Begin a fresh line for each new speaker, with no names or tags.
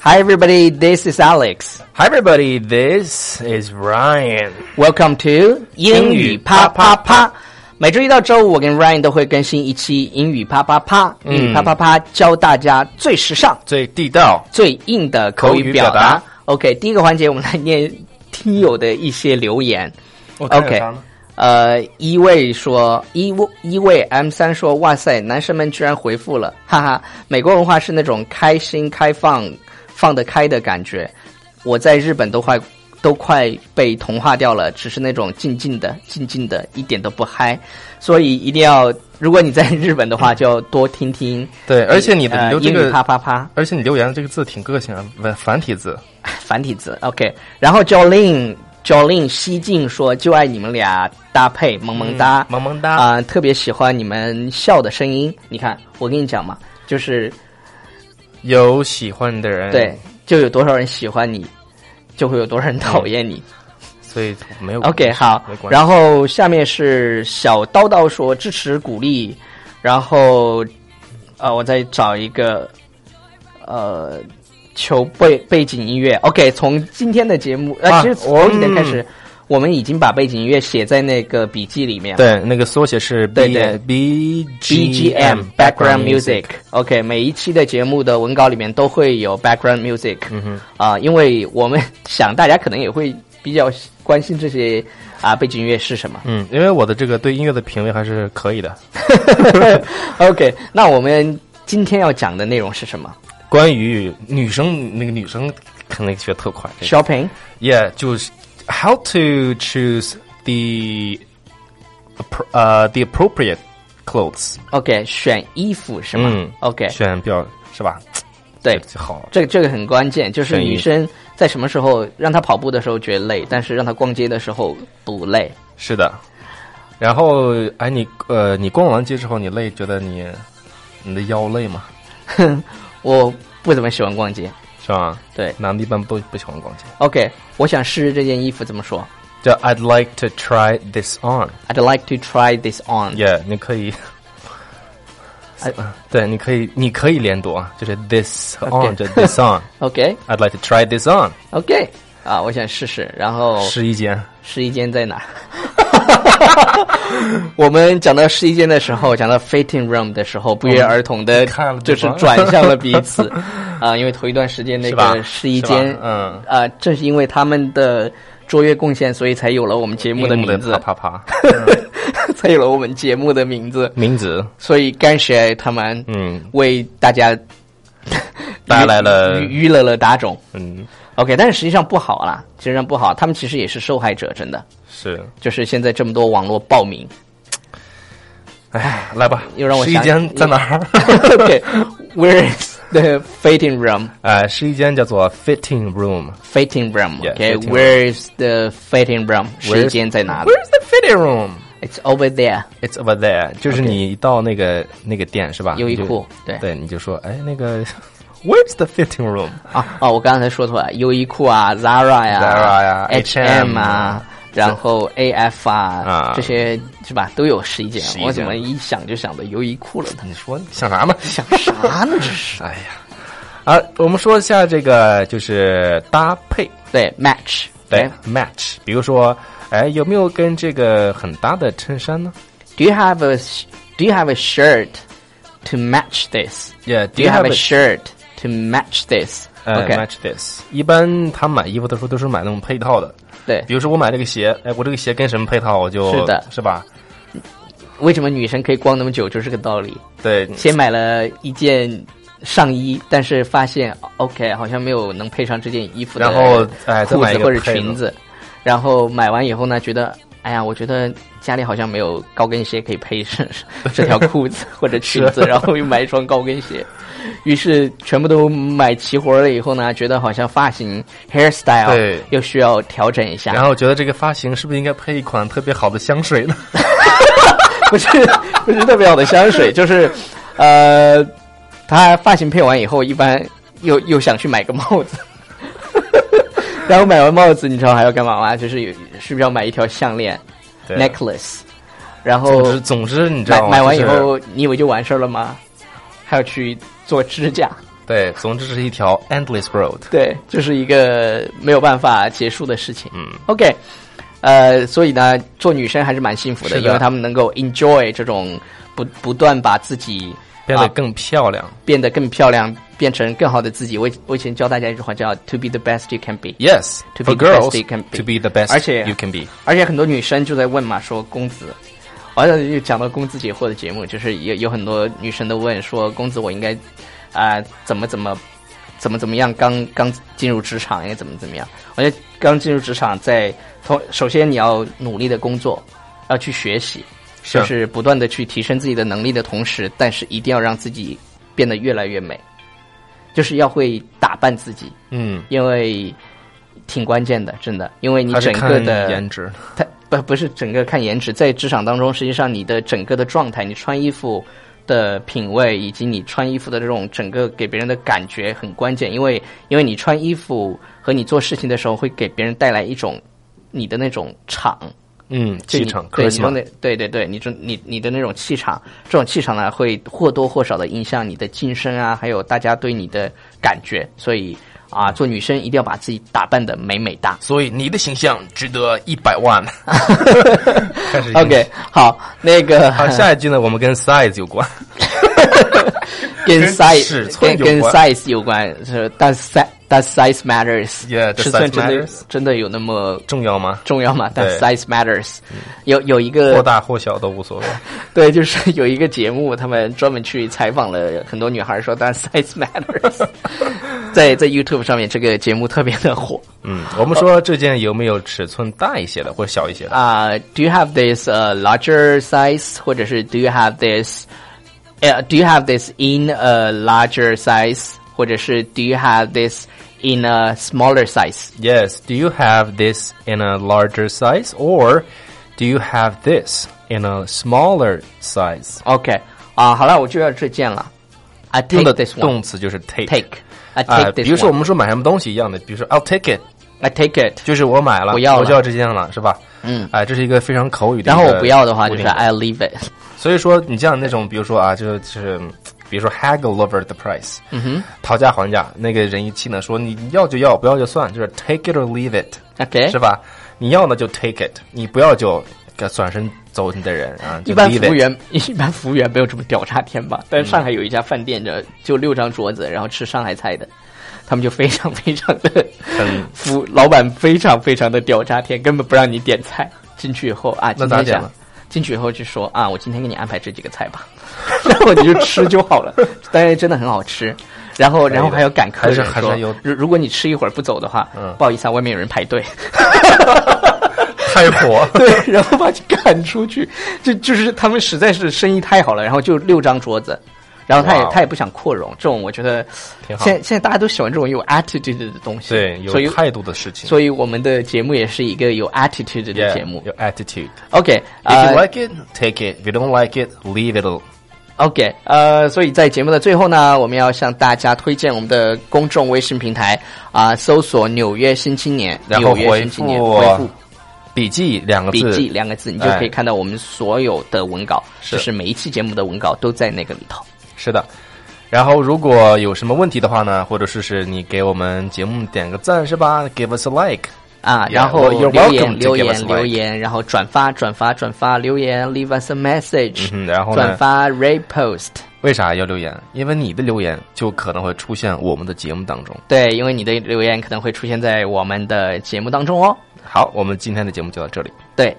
Hi, everybody. This is Alex.
Hi, everybody. This is Ryan.
Welcome to 英语啪啪啪。每周一到周五，我跟 Ryan 都会更新一期英语啪啪啪。英语啪啪啪，教大家最时尚、
最地道，
最硬的口
口
语
语
表
表达
达。OK，第一个环节，我们来念听友的一些留言。OK，呃，一位说，一位一位 M 三说，哇塞，男生们居然回复了，哈哈，美国文化是那种开心、开放、放得开的感觉，我在日本都快都快被同化掉了，只是那种静静的、静静的，一点都不嗨，所以一定要，如果你在日本的话，就要多听听，
对，而且你的
呃
你留这
英语
个，
啪啪啪。
而且你留言的这个字挺个性啊，文繁体字。
繁体字，OK。然后 Jolin Jolin 西晋说就爱你们俩搭配，萌萌哒，
萌萌哒
啊、特别喜欢你们笑的声音。你看，我跟你讲嘛，就是
有喜欢的人，
对，，就有多少人喜欢你，就会有多少人讨厌你。
所以没有
OK，好
嗯没。关系。
然后下面是小叨叨说支持鼓励，然后呃，我再找一个呃。求背背景音乐，OK，从今天的节目，呃，
啊
其实
我
从今天开始，我们已经把背景音乐写在那个笔记里面了。
对，那个缩写是 B
对对
B
BGM background music，OK，、每一期的节目的文稿里面都会有 background music，啊、
嗯哼
因为我们想大家可能也会比较关心这些啊、背景音乐是什么，
嗯，因为我的这个对音乐的品味还是可以的。
OK，那我们今天要讲的内容是什么
关于女生，那个女生可能学特快。这个
？Shopping。
Yeah，就是 how to choose the appro- 呃、the appropriate clothes，
OK，选衣服是吗、
嗯
o k
选比较是吧？
对，
最好。
这个这个很关键，就是
选衣
女生在什么时候让她跑步的时候觉得累，但是让她逛街的时候不累。
是的。然后，哎，你呃，你逛完街之后，你累，觉得你你的腰累吗？
我不怎么喜欢逛街，
是吧？
对
男的一般不不喜欢逛街。
OK，我想试试这件衣服怎么说
叫 I'd like to try this on。
？I'd like to try this on。
Yeah，你可以。
哎
对，你可以，你可以连读啊，就是 this
OK
on，这 this on。
OK，OK、
I'd like to try this on。
啊，我想试试。然后
试衣间。
试衣间在哪？ 我们讲到试衣间的时候，讲到 fitting room 的时候，不约而同的
嗯看了，
就
对
是
方
转向了彼此 啊、因为头一段时间那
是吧
个试衣间
是吧，嗯
啊、正是因为他们的卓越贡献，所以才有了我们节目的名字，
啪啪 啪， 嗯
才有了我们节目的名字。
名字，
所以感谢他们，
嗯，
为大家
带来了
娱娱乐了打种。
嗯，
OK，但是实际上不好啦，实际上不好，他们其实也是受害者，真的。
是，
就是现在这么多网络暴 民。
哎，来吧，
又让我
试
想
衣间在哪儿？
OK，where、is the fitting room?
哎，试衣间叫做 fitting room。
Fitting room.
Yeah,
OK,
fitting
where is the fitting room? 时间在哪里
Where's the fitting room?
？It's over there.
It's over there。就是你一到那个那个店是吧？
优衣
你就
库对
对，你就说，哎，那个 Where's the fitting room？
啊哦，我刚才说错了，优衣库啊，Zara 呀
Zara 呀
H&M
H&M
啊
啊，
然后 AF 啊
啊，
这些是吧？都有试衣间
试。衣
我怎
间
么一想就想到优衣库了呢？
你说你想啥嘛？
想啥呢？这 是
哎呀，啊，我们说一下这个就是搭配，
对 match
对 match。比如说，哎，有没有跟这个很搭的衬衫呢
Do you have a sh- Do you have a shirt to match this?
？Yeah，do
Do you have a Uh, shirt to match this?
呃
OK，
match this。一般他买衣服的时候都是买那种配套的，
对
比，如说我买这个鞋，哎，我这个鞋跟什么配套，我就是
嗯的
是吧？
为什么女生可以逛那么久，就是这个道理。
对，
先买了一件上衣，但是发现 OK 好像没有能配上这件衣服的，
然后哎，再
裤
买一
子
个
或者
配的
裙，子，然后买完以后呢，觉得哎呀，我觉得家里好像没有高跟鞋可以配 上这条裤子或者裙子，然后又买一双高跟鞋，于是全部都买齐活了以后呢，觉得好像发型 hairstyle
对
又需要调整一下，
然后觉得这个发型是不是应该配一款特别好的香水呢？
不是 不是特别好的香水，就是呃，他发型配完以后，一般又又想去买个帽子， 然后买完帽子，你知道还要干嘛吗？就是有是不是要买一条项链
对
necklace，然后
总之，总之你知
买
道吗？啊
买完以
就是
后，你以为就完事儿了吗？还要去做指甲，
对，总之是一条 endless road。
对，这、就是一个没有办法结束的事情。嗯，OK，呃，所以呢，做女生还是蛮幸福的，
是的
因为她们能够 enjoy 这种不不断把自己
变得
啊
更漂亮。
变得更漂亮，变成更好的自己。我以我以前教大家一句话叫 “to be the best you can be”。
Yes,
To
for
be the best
girls
you can be
to be the best
而且
you can be。
而且很多女生就在问嘛，说公子，好像又讲到公子解惑的节目，就是有有很多女生都问说，公子我应该啊、怎么怎么怎么怎么样，刚刚进入职场应该怎么怎么样？我觉得刚进入职场在同首先你要努力的工作，要去学习，
是
就是不断的去提升自己的能力的同时，但是一定要让自己变得越来越美，就是要会打扮自己，
嗯，
因为挺关键的，真的，因为你
还是
整个
看
的
颜值。
它不不是整个看颜值，在职场当中，实际上你的整个的状态，你穿衣服的品味，以及你穿衣服的这种整个给别人的感觉很关键，因为因为你穿衣服和你做事情的时候，会给别人带来一种你的那种场，
嗯，
就
气
你
场
对你
charisma
的那对对对，你这你你的那种气场，这种气场呢，会或多或少的影响你的晋升啊，还有大家对你的感觉，所以啊，做女生一定要把自己打扮的美美哒。
所以你的形象值得一百万。 开始
OK，好，那个
好，下一句呢，我们跟 size 有关。
跟
跟
size
尺寸
跟
有
跟
关
size 有关，是但 size 但 size matters，
Yeah, the
尺寸真
size
的
matters
真的有那么
重要吗？
重要吗？但
对嗯
size matters，有有一
或
个
大或小都无所谓。
呃 对，就是有一个节目，他们专门去采访了很多女孩，说但 size matters，在在 YouTube 上面这个节目特别的火
嗯，我们说这件有没有尺寸大一些的或者小一些的？
啊。Do you have this uh, larger size，或者是 Do you have this？呃、d o you have this in a larger size，或者是 Do you have this in a smaller size？
Yes. Do you have this in a larger size, or do you have this in a smaller size?
OK，啊，好了，我就要这件了。I
用
take
的
this one.
动词就是 take。
Take. I
啊、
take this one.
比如说我们说买什么东西一样的，比如说 I'll take it，
I take it，
就是我买了，
我要了
我就要这件了，是吧？
嗯
哎、这是一个非常口语的。
然后我不要的话就是。I leave it。
所以说，你像那种，比如说啊，就是就是，比如说 haggle over the price，嗯哼，讨价还价，那个人一气呢，说你要就要，不要就算，就是 take it or leave it，
OK，
是吧？你要呢就 take it，你不要就呃转身走你的人啊。就
一般
leave
服务
it
员 一般服务员没有这么屌炸天吧？
嗯
但是上海有一家饭店的，就六张桌子，然后吃上海菜的，他们就非常非常的
很
服，老板非常非常的屌炸天，根本不让你点菜。进去以后啊，
那
今
咋
天
点
想
了
进去以后就说啊，我今天给你安排这几个菜吧， 然后你就吃就好了。但是真的很好吃。然后，然后还有赶客
还是
人
还是
说
有，嗯
如如果你吃一会儿不走的话，不好意思啊，外面有人排 队。，
太火
对，然后把你赶出去，就就是他们实在是生意太好了，然后就六张桌子，然后他也
哇哦
他也不想扩容，这种我觉得
挺好
现在现在大家都喜欢这种有 attitude 的东西，
对，
所以
有态度的事情。
所以我们的节目也是一个有 attitude 的
Yeah，
节目。
有 attitude。
OK，
If
呃
you like it, take it. If you don't like it, leave it. alone.
OK，呃，所以在节目的最后呢，我们要向大家推荐我们的公众微信平台啊、搜索“纽约新青年”，
然后
纽约新青年回复
笔记两个
笔
字，
记两个字，你就可以看到我们所有的文稿，
哎是
就是每一期节目的文稿都在那个里头。
是的。然后如果有什么问题的话呢，或者说是你给我们节目点个赞是吧？Give us a like。
啊，
Yeah,
然后
well, you're
留
welcome
言留
to give us
言
like.
留言，然后转发转发转发留言，leave us a message，、
嗯哼然后呢
转发 repost，
为啥要留言？因为你的留言就可能会出现我们的节目当中。
对，因为你的留言可能会出现在我们的节目当中哦。
好，我们今天的节目就到这里。
对，